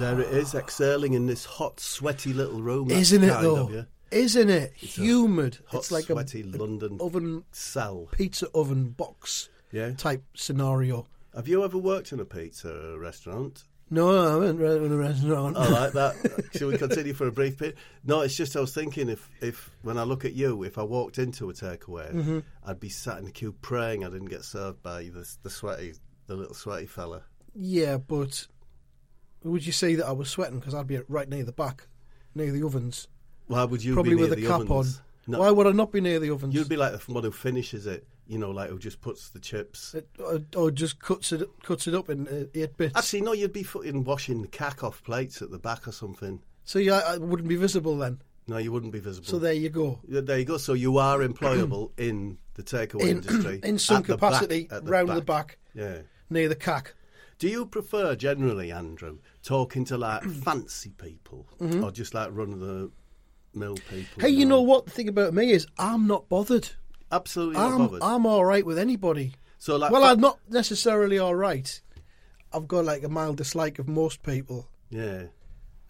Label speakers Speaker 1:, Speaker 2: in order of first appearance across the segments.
Speaker 1: There it is, exhaling in this hot, sweaty little room. That's
Speaker 2: Isn't it
Speaker 1: kind
Speaker 2: though?
Speaker 1: of you.
Speaker 2: Isn't it humid?
Speaker 1: Hot,
Speaker 2: it's like
Speaker 1: sweaty
Speaker 2: a, a
Speaker 1: London
Speaker 2: oven
Speaker 1: cell.
Speaker 2: pizza oven box
Speaker 1: Yeah.
Speaker 2: type scenario.
Speaker 1: Have you ever worked in a pizza restaurant?
Speaker 2: No, I haven't read in a restaurant.
Speaker 1: I like that. Shall we continue for a brief bit? No, it's just I was thinking if, if when I look at you, if I walked into a takeaway,
Speaker 2: Mm-hmm.
Speaker 1: I'd be sat in the queue praying I didn't get served by the, the sweaty, the little sweaty fella.
Speaker 2: yeah, but would you say that I was sweating because I'd be right near the back, near the ovens,
Speaker 1: Why would you
Speaker 2: probably
Speaker 1: be near
Speaker 2: with a
Speaker 1: the
Speaker 2: cap
Speaker 1: ovens?
Speaker 2: on?
Speaker 1: No,
Speaker 2: Why would I not be near the ovens?
Speaker 1: you'd be like the one who finishes it. You know, like who just puts the chips.
Speaker 2: It- or, or just cuts it cuts it up in uh, eight bits.
Speaker 1: Actually, no, you'd be fucking washing the cack off plates at the back or something.
Speaker 2: So yeah, I wouldn't be visible then.
Speaker 1: No, you wouldn't be visible.
Speaker 2: So there you go.
Speaker 1: Yeah, There you go. So you are employable in the takeaway industry
Speaker 2: In, in some
Speaker 1: At the
Speaker 2: capacity,
Speaker 1: back, at
Speaker 2: round the back,
Speaker 1: Yeah.
Speaker 2: near the cack.
Speaker 1: Do you prefer generally, Andrew, talking to like fancy people or just like run of the mill people?
Speaker 2: Mm-hmm. Hey, you know what? The thing about me is I'm not bothered.
Speaker 1: Absolutely not
Speaker 2: I'm
Speaker 1: bothered.
Speaker 2: I'm all right with anybody.
Speaker 1: so like,
Speaker 2: well,
Speaker 1: fa-
Speaker 2: I'm not necessarily all right. I've got like a mild dislike of most people,
Speaker 1: yeah,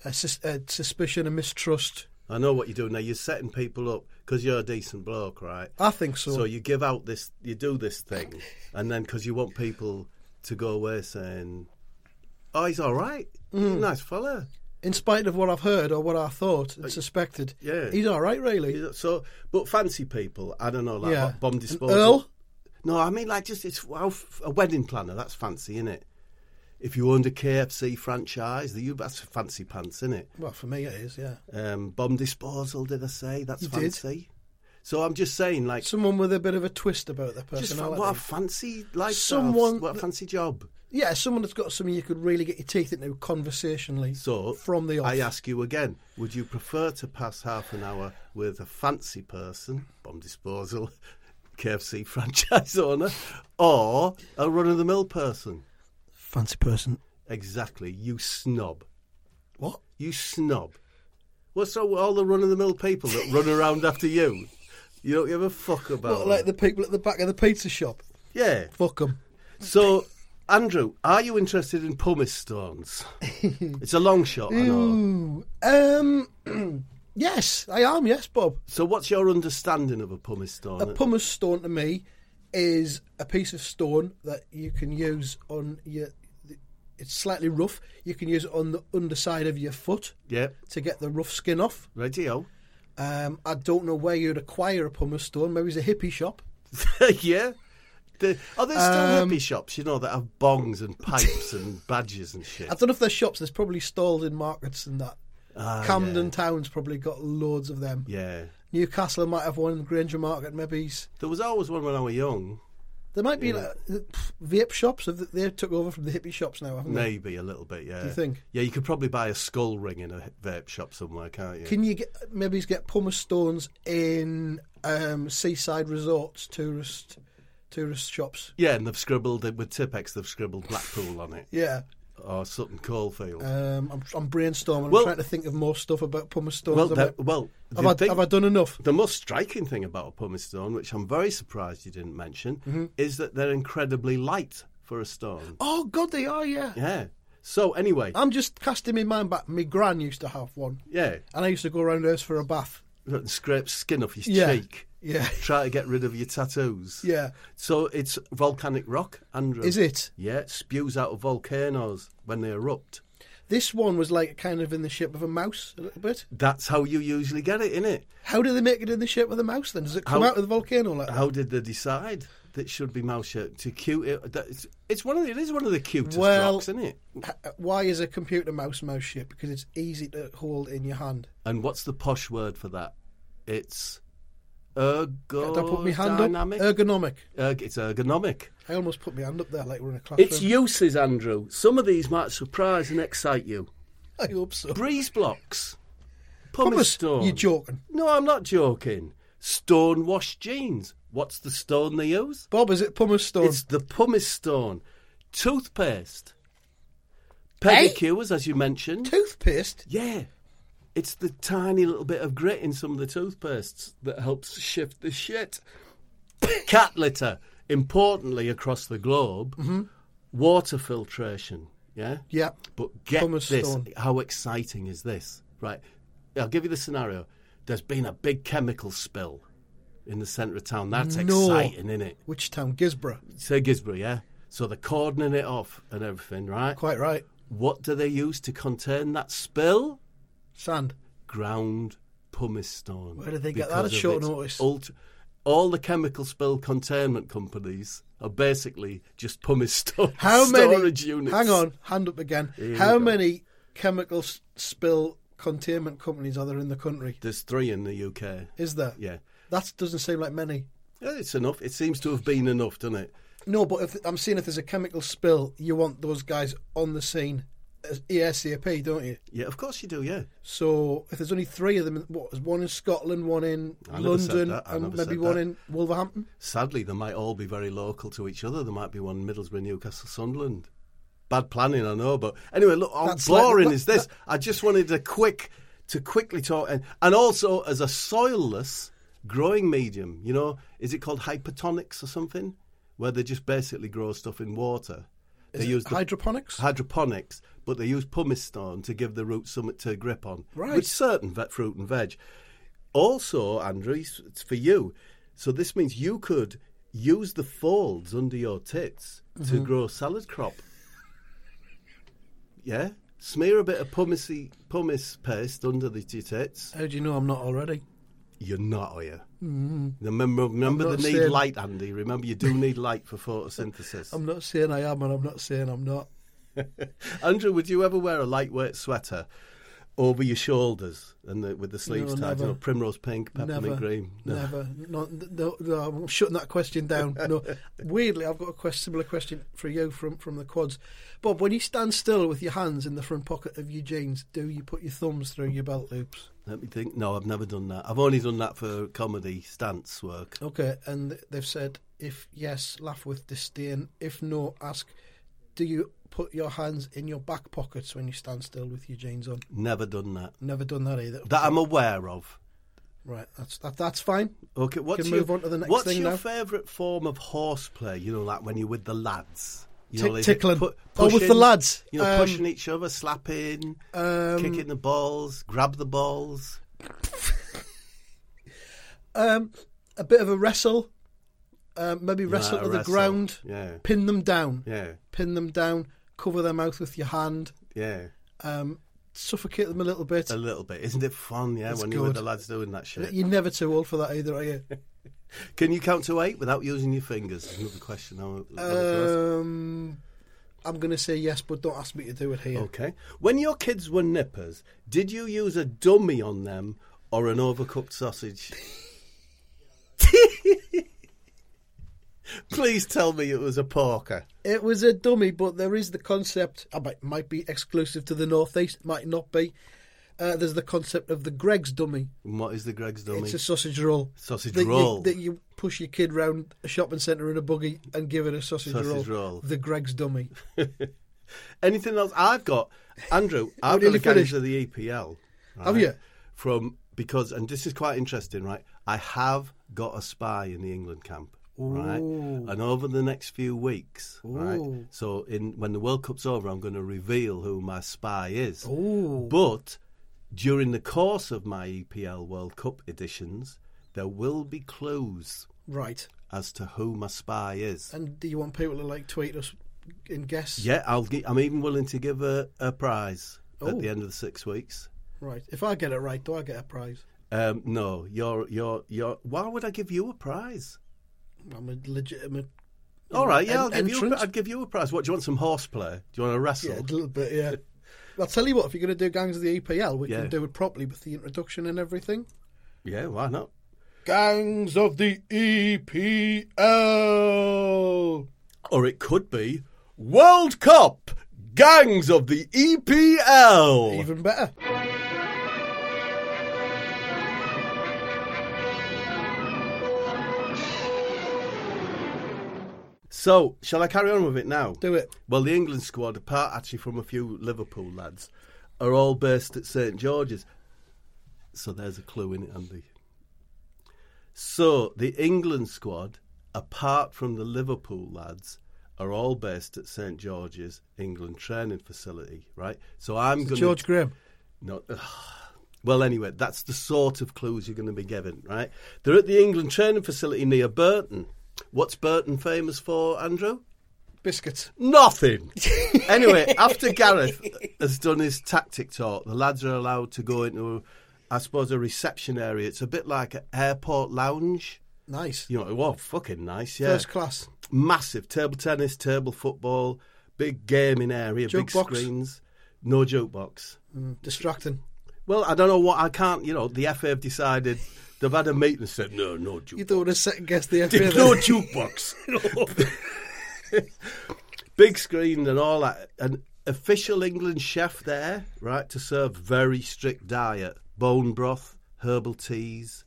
Speaker 2: a, sus- a suspicion and mistrust.
Speaker 1: I know what you're doing now. You're setting people up because you're a decent bloke, right?
Speaker 2: I think so.
Speaker 1: So you give out this, you do this thing, and then because you want people to go away saying, "Oh, he's all right,
Speaker 2: Mm.
Speaker 1: he's a nice fella."
Speaker 2: In spite of what I've heard or what I thought and suspected,
Speaker 1: yeah.
Speaker 2: he's all right, really.
Speaker 1: So, but fancy people, I don't know, like
Speaker 2: yeah,
Speaker 1: what bomb
Speaker 2: An
Speaker 1: disposal.
Speaker 2: Earl,
Speaker 1: No, I mean like just it's how f- a wedding planner. That's fancy, isn't it? If you owned a KFC franchise, the you that's fancy pants, isn't it?
Speaker 2: well, for me it is. Yeah,
Speaker 1: Um, bomb disposal, did I say? That's
Speaker 2: You did.
Speaker 1: fancy. So I'm just saying, like,
Speaker 2: someone with a bit of a twist about their
Speaker 1: just fa-
Speaker 2: personality.
Speaker 1: what a fancy life,
Speaker 2: Someone-
Speaker 1: what a fancy job.
Speaker 2: yeah, someone that's got something you could really get your teeth into conversationally.
Speaker 1: So
Speaker 2: from the off,
Speaker 1: I ask you again: Would you prefer to pass half an hour with a fancy person, bomb disposal, KFC franchise owner, or a run-of-the-mill person?
Speaker 2: fancy person.
Speaker 1: Exactly, you snob.
Speaker 2: What?
Speaker 1: You snob. What's wrong with all the run of the mill people that run around after you? You don't give a fuck about
Speaker 2: Not like
Speaker 1: them.
Speaker 2: the people at the back of the pizza shop.
Speaker 1: Yeah.
Speaker 2: Fuck 'em.
Speaker 1: So, Andrew, are you interested in pumice stones? it's a long shot, I know.
Speaker 2: Um, yes, I am. Yes, Bob.
Speaker 1: So, what's your understanding of a pumice stone?
Speaker 2: A pumice stone to me is a piece of stone that you can use on your. It's slightly rough. You can use it on the underside of your foot
Speaker 1: yeah,
Speaker 2: to get the rough skin off.
Speaker 1: radio.
Speaker 2: Um, I don't know where you'd acquire a pumice stone. Maybe it's a hippie shop.
Speaker 1: yeah. The, are there still
Speaker 2: Um,
Speaker 1: hippie shops, you know, that have bongs and pipes and badges and shit?
Speaker 2: I don't know if there's shops. There's probably stalls in markets and that. Camden Town's probably got loads of them.
Speaker 1: Ah, Yeah.
Speaker 2: Newcastle might have one. Granger Market, maybe's.
Speaker 1: There was always one when I was young.
Speaker 2: There might be like, pff, vape shops. have- They took over from the hippie shops now, haven't they?
Speaker 1: Maybe a little bit, yeah.
Speaker 2: you think?
Speaker 1: Yeah, you could probably buy a skull ring in a vape shop somewhere, can't you?
Speaker 2: Can you get maybe get pumice stones in um, seaside resorts, tourist tourist shops?
Speaker 1: yeah, and they've scribbled it with Tippex. They've scribbled Blackpool on it,
Speaker 2: Yeah,
Speaker 1: or Sutton Coalfield.
Speaker 2: um, I'm, I'm brainstorming.
Speaker 1: Well-
Speaker 2: I'm trying to think of more stuff about pumice stones.
Speaker 1: well,
Speaker 2: Have
Speaker 1: that,
Speaker 2: I-
Speaker 1: well, the,
Speaker 2: have, I,
Speaker 1: thing-
Speaker 2: have I done enough?
Speaker 1: the most striking thing about a pumice stone, which I'm very surprised you didn't mention,
Speaker 2: Mm-hmm.
Speaker 1: is that they're incredibly light for a stone.
Speaker 2: Oh God, they are. Yeah,
Speaker 1: Yeah. So anyway,
Speaker 2: I'm just casting my mind back. My gran used to have one,
Speaker 1: yeah,
Speaker 2: and I used to go around hers for a bath.
Speaker 1: and scrape skin off your
Speaker 2: Yeah.
Speaker 1: cheek.
Speaker 2: Yeah.
Speaker 1: Try to get rid of your tattoos.
Speaker 2: Yeah,
Speaker 1: So it's volcanic rock, Andrew.
Speaker 2: is it?
Speaker 1: Yeah, it spews out of volcanoes when they erupt.
Speaker 2: This one was like kind of in the shape of a mouse a little bit.
Speaker 1: That's how you usually get it, innit?
Speaker 2: How do they make it in the shape of the mouse then? Does it come
Speaker 1: How-
Speaker 2: out of the volcano like that?
Speaker 1: How did they decide?
Speaker 3: that should be mouse shaped to cute. It, that's- it's one of the, it is one of the cutest
Speaker 2: Well-
Speaker 3: rocks, isn't it?
Speaker 2: H- Why is a computer mouse mouse shaped? Because it's easy to hold in your hand.
Speaker 3: And what's the posh word for that? It's ergodynamic.
Speaker 2: Did I
Speaker 1: Oh,
Speaker 2: put my hand up? Ergonomic.
Speaker 3: Erg- it's ergonomic.
Speaker 2: I almost put my hand up there like we're in a classroom.
Speaker 1: It's uses, Andrew. Some of these might surprise and excite you.
Speaker 2: I hope so.
Speaker 1: Breeze blocks,
Speaker 2: Thomas,
Speaker 1: pumice stone.
Speaker 2: You're joking.
Speaker 1: no, I'm not joking. Stone washed jeans. What's the stone they use?
Speaker 2: Bob, is it pumice stone?
Speaker 1: It's the pumice stone. Toothpaste. Pedicures, as you mentioned.
Speaker 2: Toothpaste?
Speaker 1: Yeah. It's the tiny little bit of grit in some of the toothpastes that helps shift the shit. Cat litter, importantly across the globe, water filtration. Yeah?
Speaker 2: Yeah.
Speaker 1: But get
Speaker 2: Pumice
Speaker 1: this.
Speaker 2: stone.
Speaker 1: How exciting is this? Right. I'll give you the scenario. There's been a big chemical spill in the centre of town. That's
Speaker 2: No.
Speaker 1: exciting, isn't it?
Speaker 2: Which town? Gisborough.
Speaker 1: Say Gisborough, yeah? So they're cordoning it off and everything, right?
Speaker 2: Quite right.
Speaker 1: What do they use to contain that spill?
Speaker 2: Sand.
Speaker 1: ground pumice stone.
Speaker 2: Where did they get that
Speaker 1: because
Speaker 2: at
Speaker 1: of
Speaker 2: short
Speaker 1: its
Speaker 2: notice?
Speaker 1: ult- all the chemical spill containment companies are basically just pumice stone
Speaker 2: How many?
Speaker 1: storage units.
Speaker 2: Hang on, hand up again. How many chemical s- spill containment companies are there in the country?
Speaker 1: There's three in the UK.
Speaker 2: Is there?
Speaker 1: Yeah.
Speaker 2: That doesn't seem like many.
Speaker 1: Yeah, It's enough. It seems to have been enough, doesn't it?
Speaker 2: No, but if I'm seeing if there's a chemical spill, you want those guys on the scene as ASAP, don't you?
Speaker 1: Yeah, of course you do, yeah.
Speaker 2: So if there's only three of them, what? There's one in Scotland, one in
Speaker 1: I never said
Speaker 2: London,
Speaker 1: that. I
Speaker 2: and
Speaker 1: never
Speaker 2: maybe
Speaker 1: said
Speaker 2: one
Speaker 1: that.
Speaker 2: in Wolverhampton.
Speaker 1: Sadly, they might all be very local to each other. There might be one in Middlesbrough, Newcastle, Sunderland. Bad planning, I know, but anyway, look, how
Speaker 2: That's
Speaker 1: boring
Speaker 2: like-
Speaker 1: is this? I just wanted to quick to quickly talk, and, and also as a soilless growing medium, you know, is it called hypertonics or something, where they just basically grow stuff in water? they use the
Speaker 2: Hydroponics.
Speaker 1: hydroponics, but they use pumice stone to give the roots something to grip on.
Speaker 2: Right.
Speaker 1: With certain ve- fruit and veg. Also, Andrew, it's it's for you. So this means you could use the folds under your tits to
Speaker 2: Mm-hmm.
Speaker 1: grow salad crop. Yeah? Smear a bit of pumicey, pumice paste under the, your tits.
Speaker 2: How do you know I'm not already?
Speaker 1: You're not, are you? Mm. Remember, remember
Speaker 2: Mm-hmm. not
Speaker 1: the need
Speaker 2: saying-
Speaker 1: light, Andy. Remember, you do need light for photosynthesis.
Speaker 2: I'm not saying I am, and I'm not saying I'm not.
Speaker 1: Andrew, would you ever wear a lightweight sweater over your shoulders and the, with the sleeves
Speaker 2: No,
Speaker 1: tied? You
Speaker 2: never.
Speaker 1: know, primrose pink, peppermint
Speaker 2: Never,
Speaker 1: green.
Speaker 2: never. No, no, no, I'm shutting that question down. No, weirdly, I've got a quest, similar question for you from from the quads, Bob. When you stand still with your hands in the front pocket of your jeans, do you put your thumbs through your belt loops?
Speaker 1: Let me think. No, I've never done that. I've only done that for comedy stance work.
Speaker 2: Okay, and they've said if yes, laugh with disdain. If no, ask, do you put your hands in your back pockets when you stand still with your jeans on?
Speaker 1: Never done that.
Speaker 2: Never done that either.
Speaker 1: That I'm aware of.
Speaker 2: right, that's that, that's fine.
Speaker 1: Okay, what's
Speaker 2: Can
Speaker 1: your,
Speaker 2: move on to the next
Speaker 1: what's
Speaker 2: thing
Speaker 1: your
Speaker 2: now.
Speaker 1: favourite form of horseplay? You know, like when you're with the lads. You
Speaker 2: Tick-
Speaker 1: know, is it
Speaker 2: tickling.
Speaker 1: pu-
Speaker 2: Oh, with the
Speaker 1: pushing?
Speaker 2: lads.
Speaker 1: You know,
Speaker 2: Um,
Speaker 1: pushing each other, slapping, kicking the balls, grab the balls.
Speaker 2: Um, a bit of a wrestle, um, maybe wrestle
Speaker 1: Right,
Speaker 2: to
Speaker 1: a
Speaker 2: the
Speaker 1: wrestle.
Speaker 2: ground,
Speaker 1: Yeah.
Speaker 2: pin them down,
Speaker 1: Yeah,
Speaker 2: pin them down, cover their mouth with your hand,
Speaker 1: yeah.
Speaker 2: um, suffocate them a little bit.
Speaker 1: A little bit. Isn't it fun, yeah,
Speaker 2: It's
Speaker 1: when you're with
Speaker 2: good.
Speaker 1: the lads doing that shit?
Speaker 2: You're never too old for that either, are you?
Speaker 1: Can you count to eight without using your fingers? Is Another question. I wanted to ask.
Speaker 2: Um, I'm going to say yes, but don't ask me to do it here.
Speaker 1: okay. When your kids were nippers, did you use a dummy on them or an overcooked sausage? Please tell me it was a porker.
Speaker 2: It was a dummy, but there is the concept. I might, might be exclusive to the northeast, might not be. Uh, there's the concept of the Greg's dummy.
Speaker 1: And what is the Greg's dummy?
Speaker 2: It's a sausage roll.
Speaker 1: Sausage
Speaker 2: that
Speaker 1: roll.
Speaker 2: You, that you push your kid round a shopping centre in a buggy and give it a sausage,
Speaker 1: Sausage
Speaker 2: roll.
Speaker 1: roll.
Speaker 2: The Greg's dummy.
Speaker 1: Anything else? I've got Andrew. I've got
Speaker 2: nearly
Speaker 1: a guys
Speaker 2: finished.
Speaker 1: of the E EPL. Right?
Speaker 2: Have you?
Speaker 1: From because and this is quite interesting, right? I have got a spy in the England camp, right? And over the next few weeks, right? So in when the World Cup's over, I'm going to reveal who my spy is. But during the course of my EPL World Cup editions, there will be clues
Speaker 2: Right.
Speaker 1: as to who my spy is.
Speaker 2: And do you want people to like tweet us and guess?
Speaker 1: Yeah, I'll. gi- I'm even willing to give a, a prize at the end of the six weeks.
Speaker 2: Right. If I get it right, do I get a prize?
Speaker 1: Um, no, you're you're you're. Why would I give you a prize?
Speaker 2: I'm a legitimate.
Speaker 1: All right, yeah,
Speaker 2: en-
Speaker 1: I'll give you. A,
Speaker 2: entrant.
Speaker 1: I'd give you a prize. What do you want? Some horseplay? Do you want to wrestle?
Speaker 2: Yeah, a little bit, yeah. I'll tell you what, if you're going to do Gangs of the EPL, we
Speaker 1: Yeah.
Speaker 2: can do it properly with the introduction and everything.
Speaker 1: Yeah, why not?
Speaker 2: Gangs of the E EPL!
Speaker 1: Or it could be World Cup Gangs of the E EPL.
Speaker 2: Even better.
Speaker 1: So, shall I carry on with it now?
Speaker 2: Do it.
Speaker 1: Well, the England squad, apart actually from a few Liverpool lads, are all based at St George's. So there's a clue in it, Andy. So the England squad, apart from the Liverpool lads, are all based at St George's England training facility, right? So I'm going
Speaker 2: George Graham.
Speaker 1: no. Well, anyway, that's the sort of clues you're going to be given, right? They're at the England training facility near Burton. What's Burton famous for, Andrew?
Speaker 2: Biscuits.
Speaker 1: Nothing. anyway, after Gareth has done his tactic talk, the lads are allowed to go into, I suppose, a reception area. It's a bit like an airport lounge.
Speaker 2: Nice.
Speaker 1: You know, well, fucking nice, yeah.
Speaker 2: First class.
Speaker 1: Massive table tennis, table football, big gaming area,
Speaker 2: Joke
Speaker 1: big
Speaker 2: box.
Speaker 1: screens. No joke box.
Speaker 2: Distracting.
Speaker 1: Well, I don't know what I can't. You know, the FA have decided they've had a meeting and said no, no
Speaker 2: You
Speaker 1: jukebox,
Speaker 2: don't want to second guess the FA.
Speaker 1: no jukebox, big screen and all that. An official England chef there, right, to serve very strict diet: bone broth, herbal teas,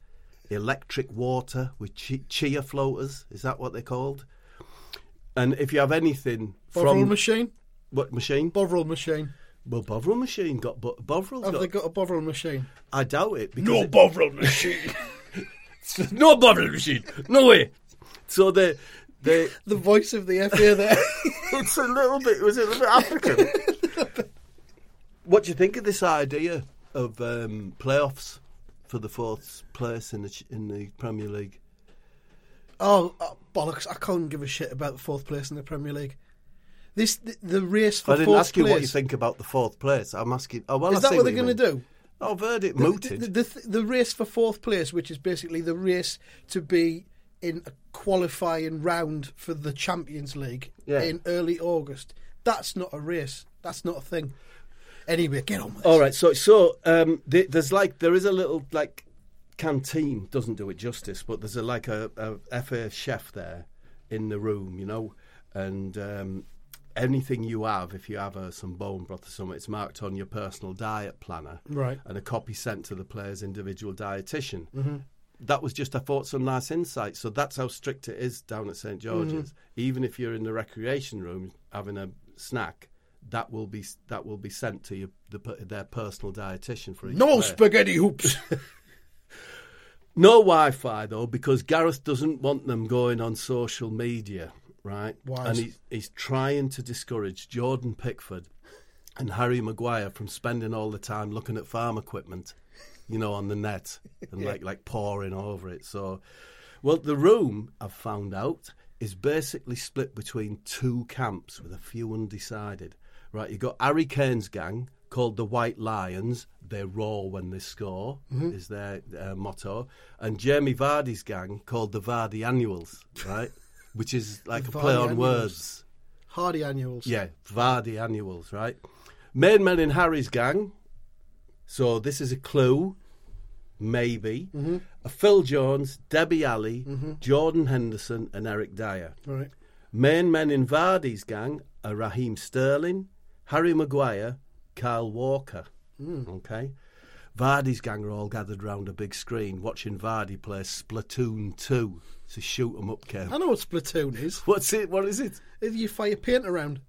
Speaker 1: electric water with chi- chia floaters. Is that what they're called? And if you have anything
Speaker 2: Bovril
Speaker 1: from
Speaker 2: machine?
Speaker 1: what machine?
Speaker 2: Bovril machine.
Speaker 1: Well, Bovril machine got but Bovril.
Speaker 2: Have
Speaker 1: got,
Speaker 2: they got a Bovril machine?
Speaker 1: I doubt it. Because no Bovril machine. no Bovril machine. No way. So they, they,
Speaker 2: The voice of the FA there.
Speaker 1: it's a little bit. Was it a bit African? what do you think of this idea of um, playoffs for the fourth place in the ch- in the Premier League?
Speaker 2: oh, oh, bollocks. I can't give a shit about the fourth place in the Premier League. This The, the race for
Speaker 1: I didn't
Speaker 2: fourth
Speaker 1: ask you
Speaker 2: place.
Speaker 1: what you think about the fourth place. I'm asking. Oh well,
Speaker 2: Is
Speaker 1: I
Speaker 2: that
Speaker 1: see
Speaker 2: what they're
Speaker 1: you
Speaker 2: going to
Speaker 1: mean.
Speaker 2: do?
Speaker 1: Oh, verdict
Speaker 2: The,
Speaker 1: mooted.
Speaker 2: the, th- the race for fourth place, which is basically the race to be in a qualifying round for the Champions League
Speaker 1: Yeah.
Speaker 2: in early August. That's not a race. That's not a thing. Anyway, get on with it.
Speaker 1: All right, so so um, th- there's like there is a little like canteen doesn't do it justice, but there's a like a, a FA chef there in the room, you know, and um, anything you have, if you have uh, some bone broth or something, it's marked on your personal diet planner,
Speaker 2: Right.
Speaker 1: and a copy sent to the player's individual dietitian. That was just I thought some nice insight. So that's how strict it is down at St George's. Even if you're in the recreation room having a snack, that will be that will be sent to your, the, per- their personal dietitian for each
Speaker 2: No
Speaker 1: player.
Speaker 2: spaghetti hoops.
Speaker 1: No Wi-Fi though, because Gareth doesn't want them going on social media, right?
Speaker 2: Wise.
Speaker 1: And he's, he's trying to discourage Jordan Pickford and Harry Maguire from spending all the time looking at farm equipment, you know, on the net and like like poring over it. So, well, the room I've found out is basically split between two camps with a few undecided. Right, you got Harry Kane's gang called the White Lions. They roar when they score
Speaker 2: Mm-hmm.
Speaker 1: is their uh, motto, and Jamie Vardy's gang called the Vardy Annuals. Right, which is like a play
Speaker 2: Vardy
Speaker 1: on
Speaker 2: Annuals.
Speaker 1: words.
Speaker 2: Hardy annuals.
Speaker 1: Yeah, Vardy annuals, right? Main man in Harry's gang. So this is a clue, maybe. A Phil Jones, Debbie Alley, Jordan Henderson, and Eric Dyer.
Speaker 2: Right.
Speaker 1: Main men in Vardy's gang are Raheem Sterling, Harry Maguire, Kyle Walker. Okay. Vardy's gang are all gathered round a big screen watching Vardy play Splatoon 2. It's a shoot 'em up game.
Speaker 2: I know what Splatoon is.
Speaker 1: What's it? What is it?
Speaker 2: You fire paint around.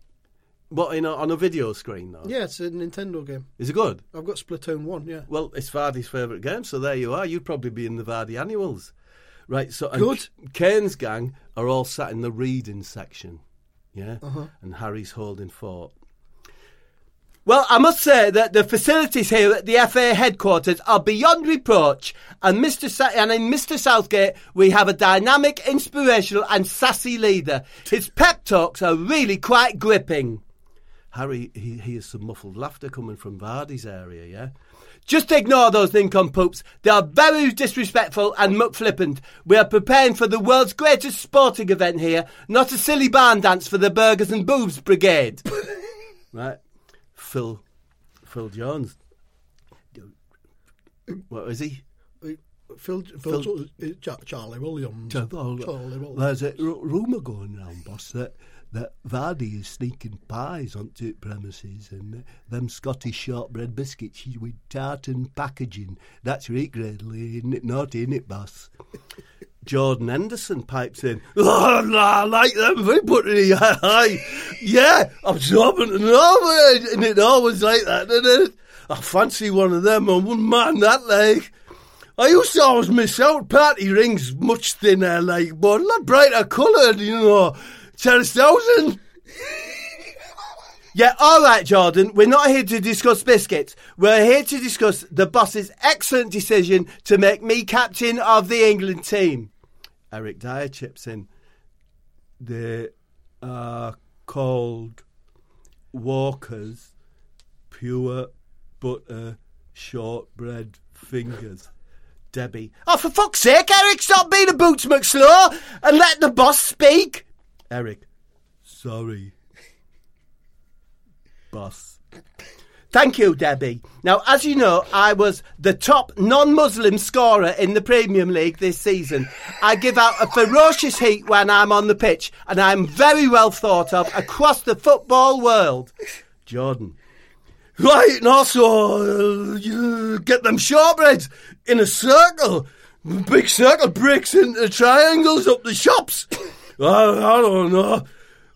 Speaker 1: What, in a, on a video screen, though?
Speaker 2: Yeah, it's a Nintendo game.
Speaker 1: Is it good?
Speaker 2: I've got Splatoon 1, yeah.
Speaker 1: Well, it's Vardy's favourite game, so there you are. You'd probably be in the Vardy annuals. Right, so and
Speaker 2: Good.
Speaker 1: Kane's gang are all sat in the reading section, yeah,
Speaker 4: Uh-huh.
Speaker 1: and Harry's holding fort. Well, I must say that the facilities here at the FA headquarters are beyond reproach, and Mr. Sa- and in Mr. Southgate we have a dynamic, inspirational, and sassy leader. His pep talks are really quite gripping.
Speaker 4: Harry he hears some muffled laughter coming from Vardy's area, yeah? Just ignore those nincompoops. They are very disrespectful and muck flippant. We are preparing for the world's greatest sporting event here, not a silly barn dance for the Burgers and Boobs Brigade. right? Phil Phil Jones. What is he?
Speaker 2: Uh, Phil, Phil, uh, Cha- Charlie Williams.
Speaker 4: Well,
Speaker 2: Charlie Williams.
Speaker 4: There's a r- rumour going round, boss, that that Vardy is sneaking pies onto premises and uh, them Scottish shortbread biscuits with tartan packaging. That's regrettably isn't it? Not in it, boss. Jordan Henderson pipes in. Oh, I like them. They put it in. Aye. yeah, absorbent and all, and it always like that. doesn't it? I fancy one of them. I wouldn't mind that, like. I used to always miss out. Party rings much thinner, like, but a lot brighter coloured, you know. Terrace thousand. yeah, all right, Jordan. We're not here to discuss biscuits. We're here to discuss the boss's excellent decision to make me captain of the England team. Eric Dyer chips in. They are called Walker's pure butter shortbread fingers. Debbie. Oh, for fuck's sake, Eric, stop being a boots McSlaw and let the boss speak. Eric. Sorry. boss. Thank you, Debbie. Now, as you know, I was the top non Muslim scorer in the Premier League this season. I give out a ferocious heat when I'm on the pitch, and I'm very well thought of across the football world. Jordan. Right, and also uh, you get them shortbreads in a circle. Big circle breaks into triangles up the shops. I, I don't know.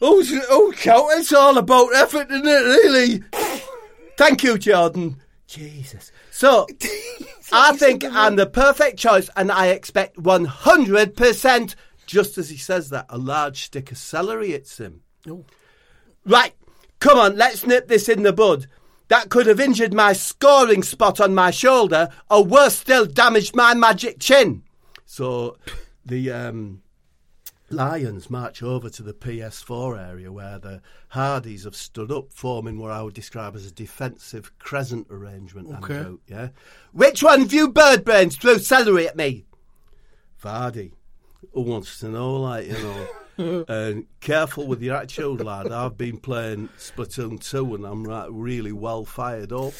Speaker 4: Oh, oh, count, it's all about effort, isn't it, really? Thank you, Jordan. Jesus. So, I think I'm the perfect choice, and I expect 100%. Just as he says that, a large stick of celery hits him. Right, come on, let's nip this in the bud. That could have injured my scoring spot on my shoulder, or worse still, damaged my magic chin. So the um, Lions march over to the PS4 area where the Hardys have stood up, forming what I would describe as a defensive crescent arrangement.
Speaker 2: Okay.
Speaker 4: Andrew, yeah? Which one of you bird brains threw celery at me? Vardy, who wants to know, like, you know. and careful with your attitude, lad. I've been playing Splatoon 2 and I'm right, really well fired up.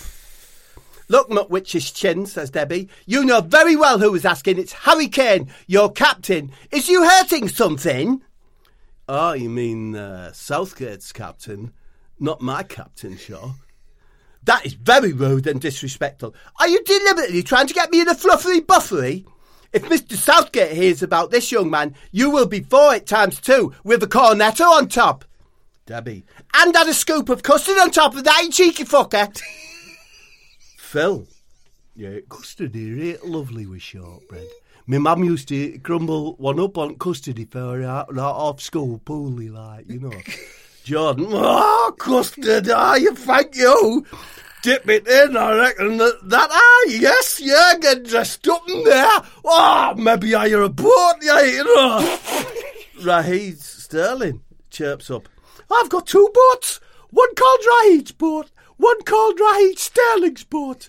Speaker 4: Look, Muttwitch's chin, says Debbie. You know very well who was asking. It's Harry Kane, your captain. Is you hurting something? Oh, you mean uh, Southgate's captain, not my captain, Shaw. That is very rude and disrespectful. Are you deliberately trying to get me in a fluffery buffery? If Mr. Southgate hears about this young man, you will be for it times two with a cornetto on top. Debbie. And add a scoop of custard on top of that, you cheeky fucker. Phil. Yeah, custard is right lovely with shortbread. My mum used to crumble one up on custody for her like, off school poorly, like, you know. Jordan, oh, custard, ah, you, thank you. Dip it in, I reckon that, that ah, yes, yeah, get dressed up in there. Oh, maybe I hear a boat, yeah, you know. Raheed Sterling chirps up. I've got two boats. One called Raheed's boat, one called Raheed Sterling's boat.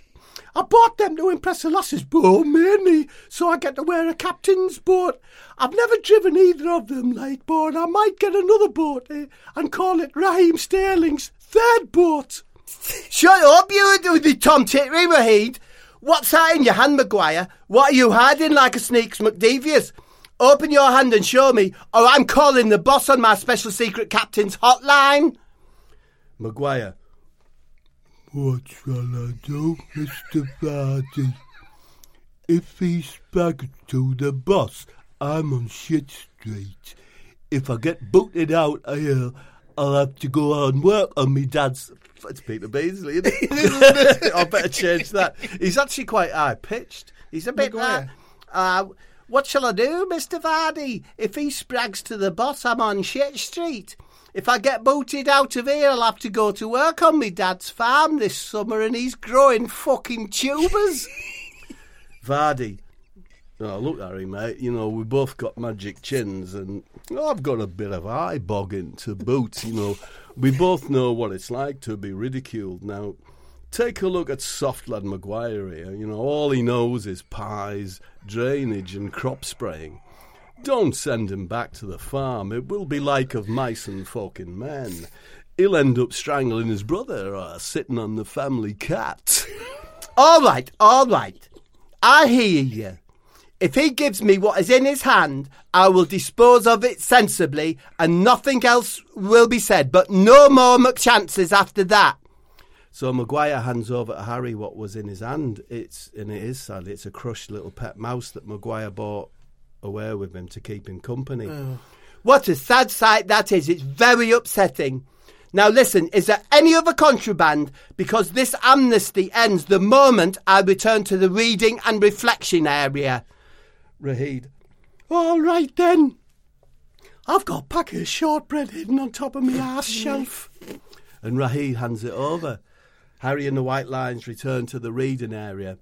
Speaker 4: I bought them to impress the lasses, boat mainly, so I get to wear a captain's boat. I've never driven either of them, like, but I might get another boat eh, and call it Raheem Sterling's third boat. Shut up, you with the Tom Tittery, Raheed. What's that in your hand, Maguire? What are you hiding like a sneak's McDevious? Open your hand and show me, or I'm calling the boss on my special secret captain's hotline. Maguire. What shall I do, Mr. Vardy? If he's back to the boss, I'm on shit street. If I get booted out here, I'll have to go and work on me dad's. It's Peter Beasley, isn't it? I better change that. He's actually quite high pitched. He's a bit like,
Speaker 2: Maguire.
Speaker 4: uh, what shall I do, Mr. Vardy? If he sprags to the boss, I'm on shit street. If I get booted out of here, I'll have to go to work on me dad's farm this summer and he's growing fucking tubers. Vardy. Oh, look, Harry, mate, you know, we both got magic chins and I've got a bit of eye bogging to boot, you know.
Speaker 1: We both know what it's like to be ridiculed. Now, take a look at soft lad Maguire here. You know, all he knows is pies, drainage, and crop spraying. Don't send him back to the farm. It will be like of mice and fucking men. He'll end up strangling his brother or sitting on the family cat.
Speaker 5: All right, all right. I hear you. If he gives me what is in his hand, I will dispose of it sensibly and nothing else will be said, but no more McChances after that.
Speaker 1: So Maguire hands over to Harry what was in his hand. It's and it is sadly it's a crushed little pet mouse that Maguire bought away with him to keep him company.
Speaker 5: What a sad sight that is. It's very upsetting. Now, listen, is there any other contraband? Because this amnesty ends the moment I return to the reading and reflection area.
Speaker 1: Rahid, all right then. I've got a packet of shortbread hidden on top of my ass shelf. And Rahid hands it over. Harry and the White Lions return to the reading area.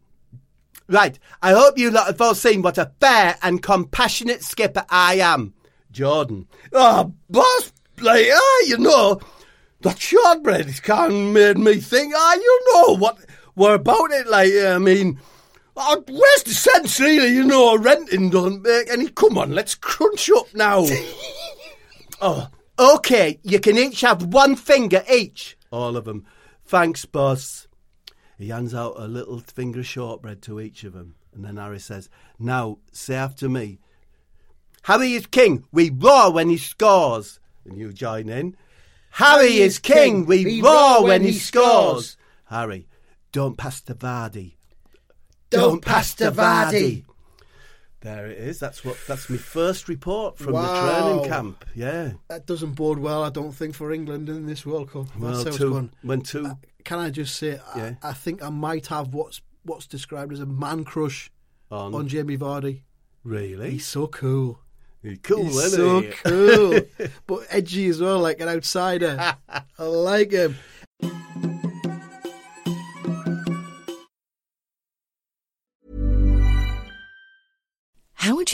Speaker 5: Right, I hope you lot have all seen what a fair and compassionate skipper I am.
Speaker 1: Jordan. Oh, boss, like, ah, you know, that shortbread has kind of made me think, ah, you know what we're about it, like, I mean, ah, where's the sense, really, you know, renting doesn't make any, come on, let's crunch up now. Oh,
Speaker 5: Okay, you can each have one finger each.
Speaker 1: All of them. Thanks, boss. He hands out a little finger of shortbread to each of them. And then Harry says, now, say after me,
Speaker 5: Harry is king, we roar when he scores.
Speaker 1: and you join in.
Speaker 5: Harry is king, we roar when he scores.
Speaker 1: Harry, don't pass the Vardy.
Speaker 5: Don't pass to Vardy.
Speaker 1: There it is. That's what. That's my first report from
Speaker 2: Wow.
Speaker 1: the training camp. Yeah.
Speaker 2: That doesn't bode well, I don't think, for England in this World Cup.
Speaker 1: Well,
Speaker 2: that sounds
Speaker 1: two,
Speaker 2: fun.
Speaker 1: when two,
Speaker 2: Can I just say,
Speaker 1: Yeah.
Speaker 2: I, I think I might have what's what's described as a man crush on, Jamie Vardy.
Speaker 1: really
Speaker 2: He's so cool.
Speaker 1: Eh? cool,
Speaker 2: He's
Speaker 1: isn't
Speaker 2: so
Speaker 1: he?
Speaker 2: cool, but edgy as well, like an outsider. I like him.
Speaker 6: How would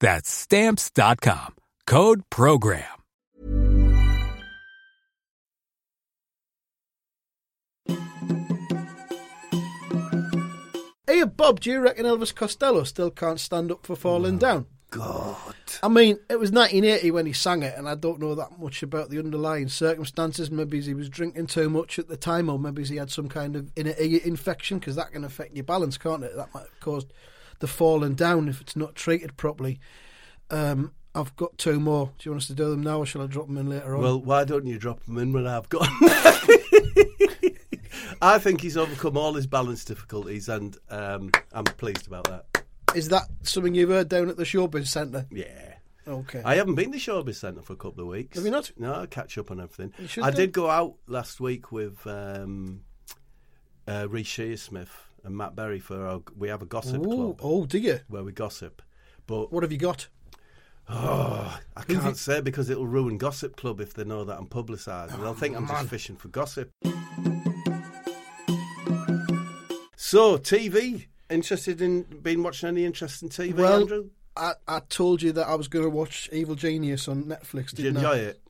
Speaker 7: That's stamps.com. Code program.
Speaker 2: Hey, Bob, do you reckon Elvis Costello still can't stand up for falling down? God. I mean, it was 1980 when he sang it, and I don't know that much about the underlying circumstances. Maybe he was drinking too much at the time, or maybe he had some kind of inner ear infection, because that can affect your balance, can't it? That might have caused the falling down if it's not treated properly. Um, I've got two more. Do you want us to do them now, or shall I drop them in later on?
Speaker 1: Well, why don't you drop them in when I've got? I think he's overcome all his balance difficulties, and um, I'm pleased about that.
Speaker 2: Is that something you've heard down at the Showbiz Centre?
Speaker 1: Yeah.
Speaker 2: Okay.
Speaker 1: I haven't been to Showbiz Centre for a couple of weeks.
Speaker 2: Have you not?
Speaker 1: No, I catch up on everything.
Speaker 2: should
Speaker 1: I
Speaker 2: do.
Speaker 1: did go out last week with um, uh, Reece Shearsmith and Matt Berry for our. We have a gossip
Speaker 2: Ooh,
Speaker 1: club
Speaker 2: oh, do you?
Speaker 1: where we gossip, but
Speaker 2: What have you got?
Speaker 1: oh, I can't say because it'll ruin Gossip Club if they know that I'm publicised.
Speaker 2: Oh,
Speaker 1: and they'll think I'm just fishing for gossip. So TV. Interested in been watching any interesting TV,
Speaker 2: well,
Speaker 1: Andrew?
Speaker 2: I, I told you that I was going to watch Evil Genius on Netflix,
Speaker 1: Did you
Speaker 2: didn't
Speaker 1: enjoy
Speaker 2: I?
Speaker 1: it?